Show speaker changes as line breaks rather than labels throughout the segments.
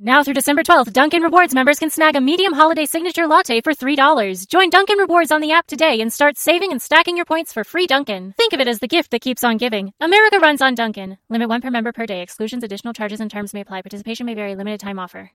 Now through December 12th, Dunkin' Rewards members can snag a medium holiday signature latte for $3. Join Dunkin' Rewards on the app today and start saving and stacking your points for free Dunkin'. Think of it as the gift that keeps on giving. America runs on Dunkin'. Limit one per member per day. Exclusions, additional charges, and terms may apply. Participation may vary. Limited time offer.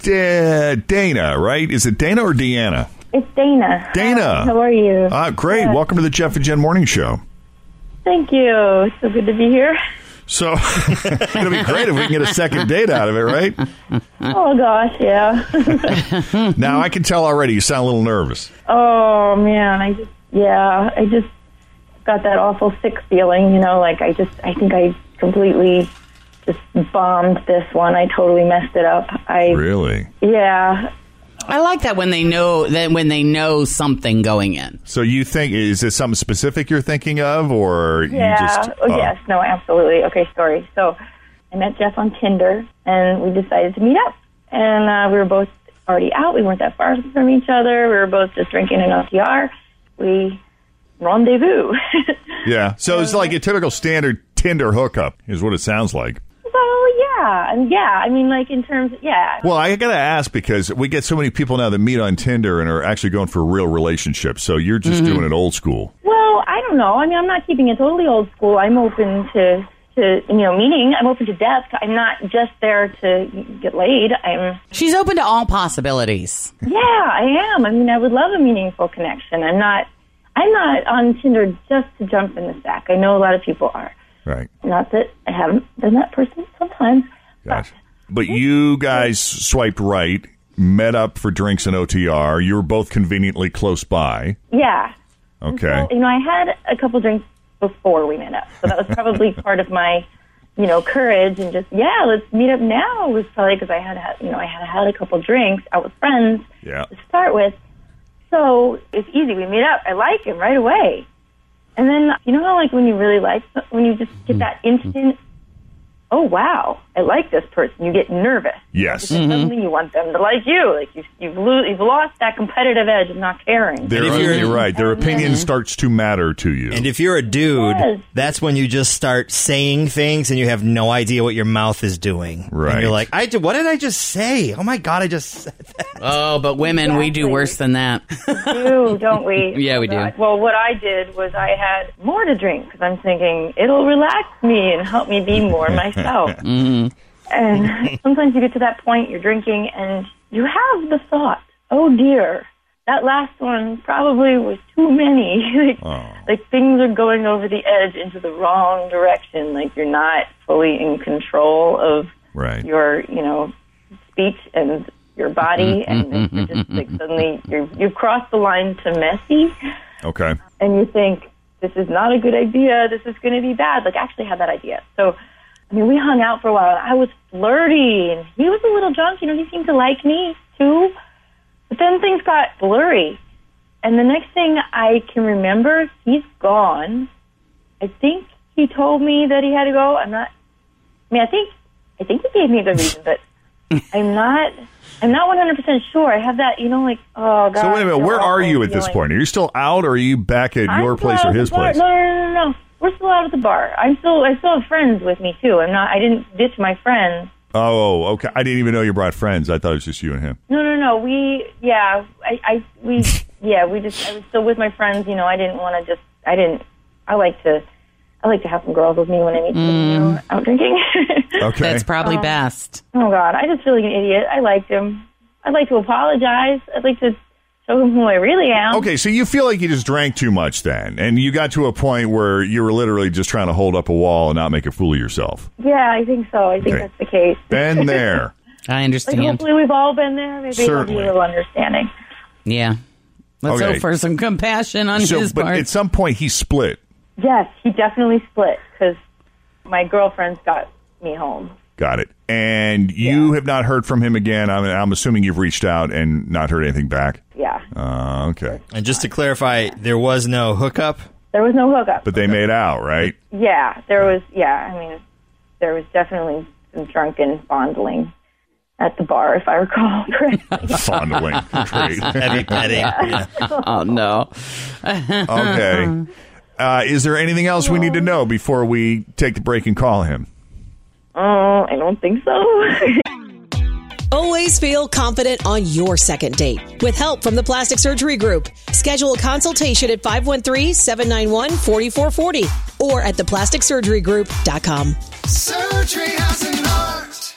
Da- uh, Dana, right? Is it Dana or Deanna?
It's Dana.
Dana.
Hi, how are you?
Uh, great.
Yeah.
Welcome to the Jeff and Jen Morning Show.
Thank you. It's so good to be here.
So it'll be great if we can get a second date out of it, right?
Oh gosh, yeah.
Now I can tell already you sound a little nervous.
oh man, I just yeah, I just got that awful sick feeling, you know, like I just I think I completely just bombed this one. I totally messed it up. I
Really?
yeah.
I like that when they know that when they know something going in.
So you think is this something specific you're thinking of, or
Yeah.
you just?
oh
uh,
yes, no, absolutely. Okay, story. So I met Jeff on Tinder and we decided to meet up. And uh, we were both already out. We weren't that far from each other. We were both just drinking an LTR. We rendezvous.
Yeah. So it's like a typical standard Tinder hookup, is what it sounds like.
so yeah, and yeah, I mean, like in terms, yeah,
Well, I gotta ask because we get so many people now that meet on Tinder and are actually going for real relationships. So you're just
Mm-hmm.
doing it old school.
Well, I don't know. I mean, I'm not keeping it totally old school. I'm open to to you know meaning. I'm open to depth. I'm not just there to get laid. I'm
She's open to all possibilities.
yeah, I am. I mean, I would love a meaningful connection. I'm not. I'm not on Tinder just to jump in the sack. I know a lot of people are.
Right.
Not that I haven't been that person sometimes.
Gosh. But you guys swiped right, met up for drinks and OTR. You were both conveniently close by.
Yeah.
Okay.
You know, I had a couple drinks before we met up, so that was probably part of my, you know, courage and just yeah, let's meet up now was probably because I had had you know I had had a couple drinks out with friends
Yeah.
to start with, so it's easy. We meet up. I like him right away, and then you know how like when you really like so- when you just get that instant. Oh wow! I like this person. You get nervous.
Yes.
Suddenly, you want them to like you. Like you, you've lo- you've lost that competitive edge of not caring.
Their,
if you're-
you're right. Their opinion starts to matter to you.
And if you're a dude,
Yes.
that's when you just start saying things and you have no idea what your mouth is doing.
Right.
And you're like, I did, what did I just say? Oh my God, I just said that.
Oh, but women, we do worse than that.
do, don't we?
Yeah, we do.
God. Well, what I did was I had more to drink because I'm thinking it'll relax me and help me be more myself.
Mm-hmm.
And sometimes you get to that point, you're drinking, and you have the thought, oh dear, that last one probably was too many. like,
Oh.
like things are going over the edge into the wrong direction. Like you're not fully in control of
Right.
your, you know, speech and your body, and you're just like suddenly you're, you've crossed the line to messy,
Okay.
and you think this is not a good idea. This is going to be bad. Like I actually had that idea. So, I mean, we hung out for a while. I was flirty, and he was a little drunk. You know, he seemed to like me too. But then things got blurry, and the next thing I can remember, he's gone. I think he told me that he had to go. I'm not. I mean, I think I think he gave me a good reason, but I'm not. I'm not 100 percent sure. I have that, you know, like oh god.
So wait a minute.
that
Where are
awful
you at this
feeling.
point? Are you still out, or are you back at
I'm
your
still
place
out
or
at
his
the bar.
place?
No, no, no, no, no. We're still out at the bar. I'm still. I still have friends with me too. I'm not. I didn't ditch my friends.
Oh, okay. I didn't even know you brought friends. I thought it was just you and him.
No, no, no. We, yeah, I, I, we, yeah, we just. I was still with my friends. You know, I didn't want to just. I didn't. I like to. I like to have some girls with me when I meet them. You know, out drinking.
Mm. Okay.
That's probably best.
oh God, I just feel like an idiot. I liked him. I'd like to apologize. I'd like to show him who I really am.
Um,
Okay, so you feel like you just drank too much then, and you got to a point where you were literally just trying to hold up a wall and not make a fool of yourself.
Yeah, I think so. I think
Okay.
that's the case.
Been there.
I
Like,
understand.
hopefully, we've all been there. Maybe there'll be a
Certainly.
little understanding.
Yeah. Let's
Okay.
hope for some compassion on
So,
his
but
part.
at some point he split.
Yes, he definitely split because my girlfriends got me home.
Got it. And you have not heard from him again. I'm, I'm assuming you've reached out and not heard anything back.
Yeah.
Uh, okay.
And just to clarify, there was no hookup.
There was no hookup.
But they made out, right?
yeah, there was, yeah, I mean, there was definitely some drunken fondling at the bar, if I recall correctly.
Fondling. Great.
Heavy petting. Yeah.
Oh no.
Okay. Uh, is there anything else we need to know before we take the break and call him?
oh, I don't think so.
Always feel confident on your second date. With help from the Plastic Surgery Group, schedule a consultation at 513-791-4440 or at theplasticsurgerygroup.com.
Surgery has an art.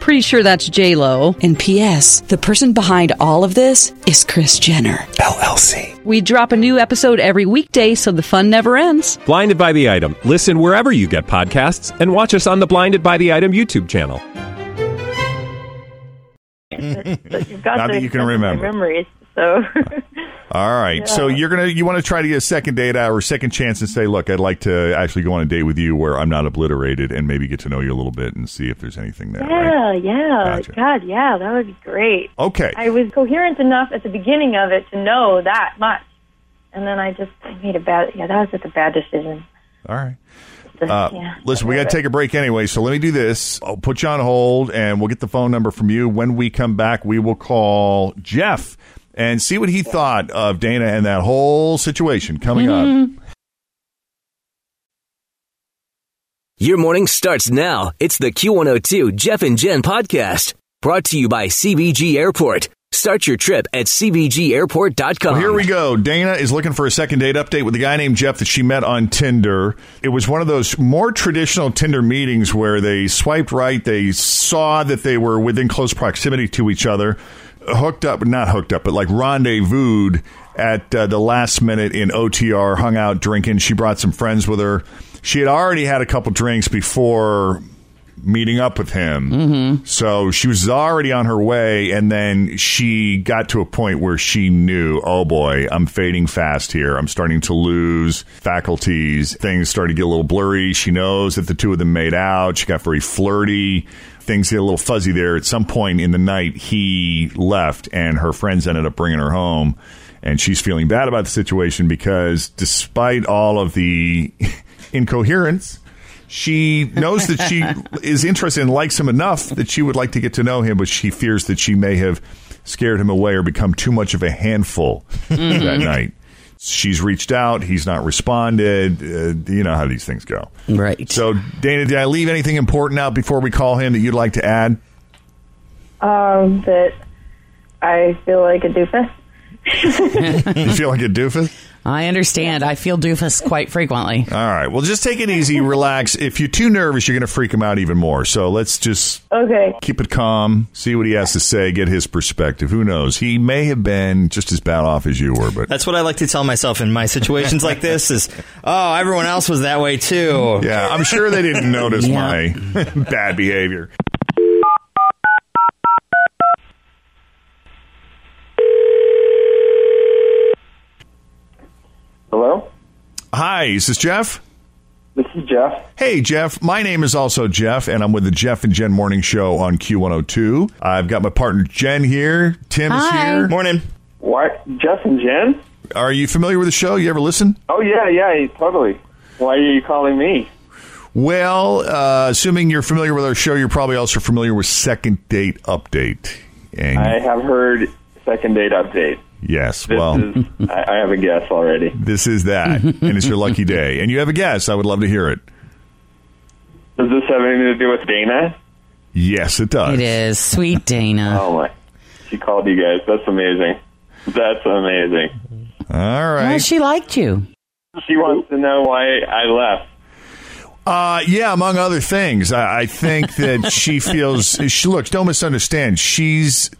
Pretty sure that's J Lo.
And P.S. The person behind all of this is Chris Jenner.
LLC.
We drop a new episode every weekday, so the fun never ends.
Blinded by the item. Listen wherever you get podcasts, and watch us on the Blinded by the Item YouTube channel.
But you've got
Not
the
that you can
extensive
remember.
memories. So
All right. So you're gonna you want to try to get a second date out or second chance and say, look, I'd like to actually go on a date with you where I'm not obliterated and maybe get to know you a little bit and see if there's anything there. right?
yeah, yeah,
Gotcha.
God, yeah, that would be great.
Okay.
I was coherent enough at the beginning of it to know that much, and then I just I made a bad. Yeah, that was just a bad decision.
All right.
Just,
Uh,
yeah,
listen, we got to take a break anyway, so let me do this. I'll put you on hold and we'll get the phone number from you. When we come back, we will call Jeff and see what he thought of Dana and that whole situation coming up.
Your morning starts now. It's the Q102 Jeff and Jen podcast brought to you by CBG Airport. Start your trip at CBGAirport.com.
Well, here we go. Dana is looking for a second date update with a guy named Jeff that she met on Tinder. It was one of those more traditional Tinder meetings where they swiped right, they saw that they were within close proximity to each other, hooked up, not hooked up, but like rendezvoused at uh, the last minute in OTR, hung out drinking. She brought some friends with her. She had already had a couple drinks before meeting up with him. Mm-hmm. So she was already on her way, and then she got to a point where she knew, oh boy, I'm fading fast here. I'm starting to lose faculties. Things started to get a little blurry. She knows that the two of them made out. She got very flirty. Things get a little fuzzy there. At some point in the night, he left, and her friends ended up bringing her home. And she's feeling bad about the situation because despite all of the incoherence, she knows that she is interested and likes him enough that she would like to get to know him, but she fears that she may have scared him away or become too much of a handful that night. She's reached out, he's not responded. Uh, you know how these things go.
Right.
So, Dana, did I leave anything important out before we call him that you'd like to add?
Um, that I feel like a doofus.
You feel like a doofus?
I understand. I feel doofus quite frequently.
All right. Well, just take it easy, relax. If you're too nervous, you're going to freak him out even more. So, let's just
Okay,
keep it calm, see what he has to say, get his perspective. Who knows? He may have been just as bad off as you were, but
That's what I like to tell myself in my situations like this is, oh, everyone else was that way too.
yeah, I'm sure they didn't notice
Yeah.
my bad behavior.
Hello?
Hi, is this Jeff?
This is Jeff.
Hey, Jeff. My name is also Jeff, and I'm with the Jeff and Jen Morning Show on Q102. I've got my partner Jen here. Tim
Hi.
is here.
Morning.
Why, Jeff and Jen?
Are you familiar with the show? You ever listen?
Oh, yeah, yeah, totally. Why are you calling me?
Well, uh, assuming you're familiar with our show, you're probably also familiar with Second Date Update. And
I have heard second date update.
yes,
This
well,
is, I, I have a guess already.
this is that, and it's your lucky day. And you have a guess. I would love to hear it.
Does this have anything to do with Dana?
Yes, it does.
It is sweet Dana.
Oh, my. She called you guys. That's amazing. That's amazing.
All right.
Well, she liked you.
She wants to know why I left.
Uh, yeah, among other things, I, I think that she feels. She looks. Don't misunderstand. She's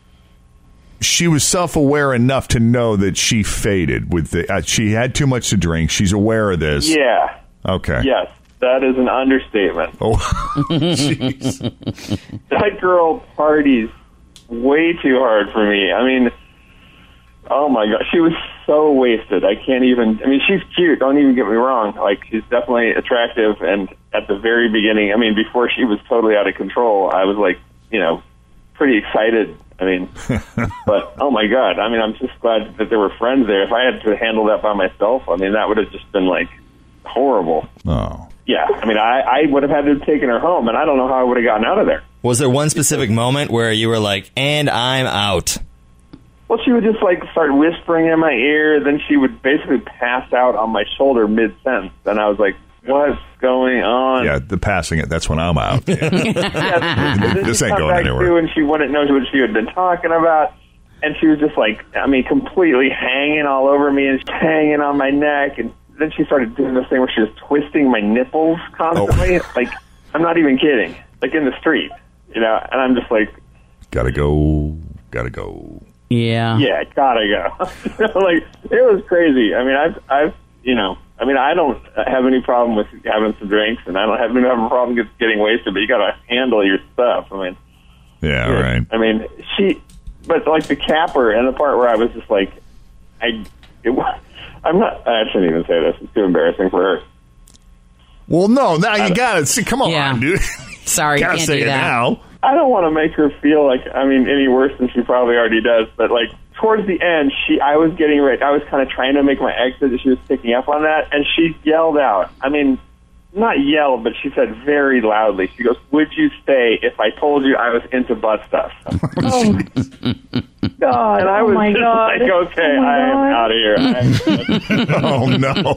she was self aware enough to know that she faded with the. Uh, she had too much to drink. She's aware of this.
Yeah,
Okay.
yes. That is an understatement.
Oh,
that girl parties way too hard for me. I mean, oh my god, she was so wasted. I can't even. I mean, she's cute. Don't even get me wrong. Like, she's definitely attractive. And at the very beginning, I mean, before she was totally out of control, I was like, you know, pretty excited. I mean, but oh my god, I mean, I'm just glad that there were friends there. If I had to handle that by myself, I mean, that would have just been like horrible.
Oh.
Yeah, I mean, I, I would have had to have taken her home, and I don't know how I would have gotten out of there.
Was there one specific moment where you were like, and I'm out?
Well, she would just like start whispering in my ear, then she would basically pass out on my shoulder mid sentence, and I was like, "What's going on?"
yeah, the passing it. That's when I'm out.
Yeah,
This
she
ain't
come
going
back
anywhere.
to, and she wouldn't know what she had been talking about, and she was just like, I mean, completely hanging all over me and hanging on my neck, and then she started doing this thing where she was twisting my nipples constantly.
Oh.
Like, I'm not even kidding. Like in the street, you know, and I'm just like,
Gotta go. Gotta go.
Yeah.
yeah, gotta go. like it was crazy. I mean, I've, I've, you know, I mean, I don't have any problem with having some drinks, and I don't have, have a problem with getting wasted. But you gotta handle your stuff. I mean,
Yeah, all right.
I mean, she, but like the capper and the part where I was just like, I, it was, I'm not, I shouldn't even say this. It's too embarrassing for her.
Well, no, now you got it. See, come on, dude.
Sorry,
gotta say it now.
I don't want to make her feel like I mean any worse than she probably already does, but like towards the end, she I was getting ready. I was kind of trying to make my exit, and she was picking up on that, and she yelled out. I mean, not yelled, but she said very loudly. She goes, "Would you stay if I told you I was into butt stuff?"
Oh, God.
and I
oh
was
my
just
God.
like, "Okay,
Oh my
I am
God.
out of
oh
here."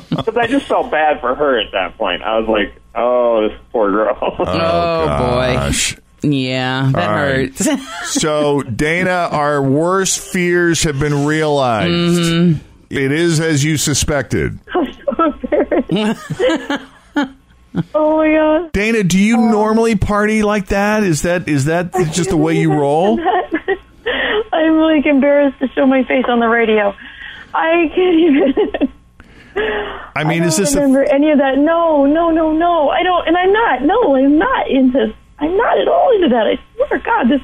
no!
Because I just felt bad for her at that point. I was like, "Oh, this poor girl."
Oh,
gosh.
boy. Yeah, that
All right.
hurts.
so, Dana, our worst fears have been realized. It is as you suspected.
Oh, my God.
Dana, do you
Um,
normally party like that? Is that is that just the way you roll?
I'm like embarrassed to show my face on the radio. I can't even.
I mean, is
don't
this a,
remember any of that? No, no, no, no. I don't, and I'm not. No, I'm not into. I'm not at all into that. I swear, to God, this.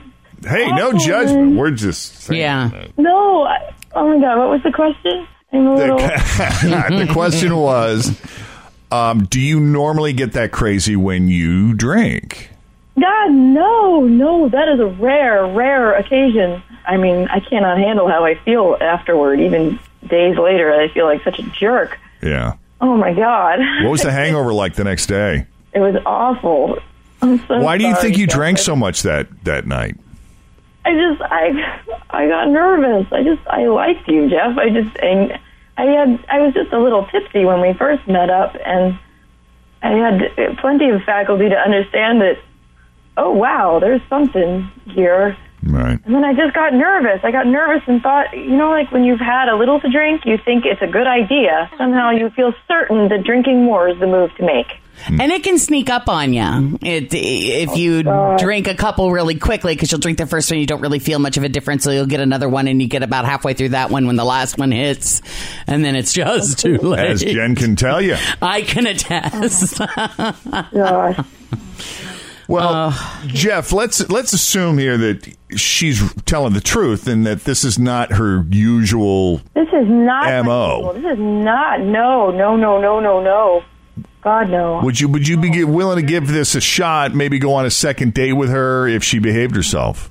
hey? No judgment. We're just saying. yeah.
No. I, oh my God, what was the question? I'm a little.
the question was, um, do you normally get that crazy when you drink?
God, no, no. That is a rare, rare occasion. I mean, I cannot handle how I feel afterward. Even days later, I feel like such a jerk.
Yeah.
Oh my God.
What was the hangover like the next day?
It was awful. I'm so
Why do you
sorry,
think you
Jeff.
drank so much that that night?
I just I I got nervous. I just I liked you, Jeff. I just and I had I was just a little tipsy when we first met up, and I had plenty of faculty to understand that. Oh wow, there's something here.
Right.
And then I just got nervous. I got nervous and thought, you know, like when you've had a little to drink, you think it's a good idea. Somehow you feel certain that drinking more is the move to make.
And it can sneak up on you it, if you drink a couple really quickly because you'll drink the first one, you don't really feel much of a difference, so you'll get another one, and you get about halfway through that one when the last one hits, and then it's just too late.
As Jen can tell you.
I can attest.
Well,
Uh.
Jeff, let's let's assume here that she's telling the truth and that this is not her usual.
This is not
M.O..
unusual. This is not. No, no, no, no, no, no. God no.
Would you would you be willing to give this a shot? Maybe go on a second date with her if she behaved herself.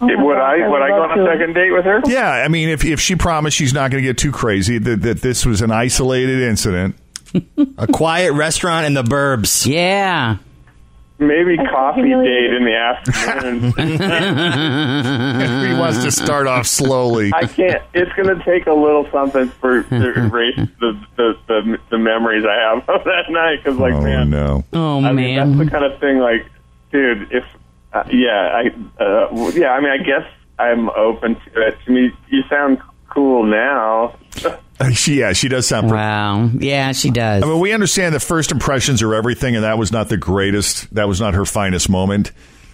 would I?
Oh I
would I go
love
on a
to.
second date with her?
Yeah, I mean, if if she promised she's not going to get too crazy, that that this was an isolated incident.
A quiet restaurant in the burbs.
Yeah.
Maybe
I
coffee
really-
date in the afternoon.
He wants to start off slowly.
I can't. It's going to take a little something for to erase the the, the, the memories I have of that night. Because like,
oh
man,
no!
Oh,
I mean,
man.
that's the kind of thing. Like, dude, if uh, yeah, I uh, w- yeah, I mean, I guess I'm open to it. I mean, you sound cool now.
Uh, She yeah, she does sound. Pretty,
wow. Yeah, she does.
I mean, we understand that first impressions are everything, and that was not the greatest. That was not her finest moment.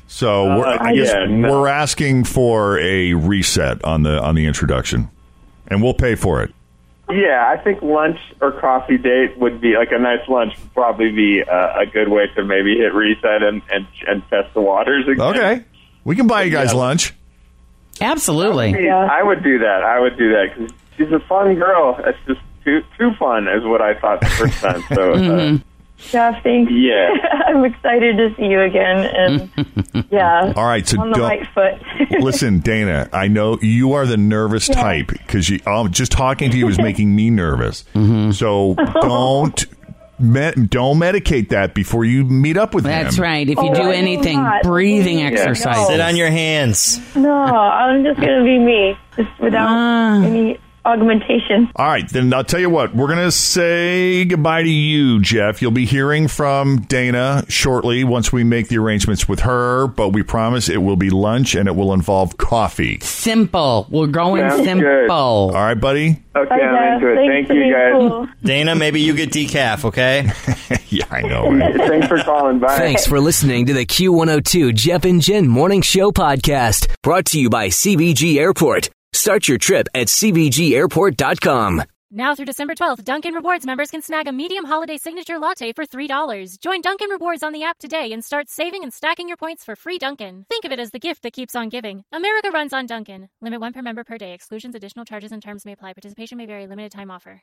So we're,
Uh,
I guess
yeah, no.
we're asking for a reset on the on the introduction, and we'll pay for it.
Yeah, I think lunch or coffee date would be like a nice lunch. Would probably be uh, a good way to maybe hit reset and and, and test the waters. Again.
Okay, we can buy you guys lunch.
Absolutely.
I would do that. I would do that because she's a fun girl. That's just too too fun, is what I thought the first time. So uh,
Mm-hmm. Jeff, thanks.
Yeah.
I'm excited to see you again. And yeah.
All right, so
on the
don't-
right foot.
Listen, Dana, I know you are the nervous type because you um, just talking to you is making me nervous.
Mm-hmm.
So don't me- don't medicate that before you meet up with
That's
him.
right. If you
Oh, I
do
will
anything,
not.
breathing
Yeah.
exercises.
Sit on your hands.
no, I'm just gonna be me, just without any augmentation.
All right, then I'll tell you what. We're going to say goodbye to you, Jeff. You'll be hearing from Dana shortly once we make the arrangements with her, but we promise it will be lunch and it will involve coffee.
Simple. We're going
Sounds good.
simple.
All right, buddy?
okay,
Bye,
I'm
Jeff.
into it.
Thanks
Thank
for
you
being
guys.
cool.
Dana, maybe you get decaf, okay?
yeah, I know. right?
Thanks for calling. Bye.
Thanks for listening to the Q102 Jeff and Jen Morning Show podcast brought to you by CBG Airport. Start your trip at CBGAirport.com.
Now through December 12th, Dunkin' Rewards members can snag a medium holiday signature latte for $3. Join Dunkin' Rewards on the app today and start saving and stacking your points for free Dunkin'. Think of it as the gift that keeps on giving. America runs on Dunkin'. Limit one per member per day. Exclusions, additional charges, and terms may apply. Participation may vary. Limited time offer.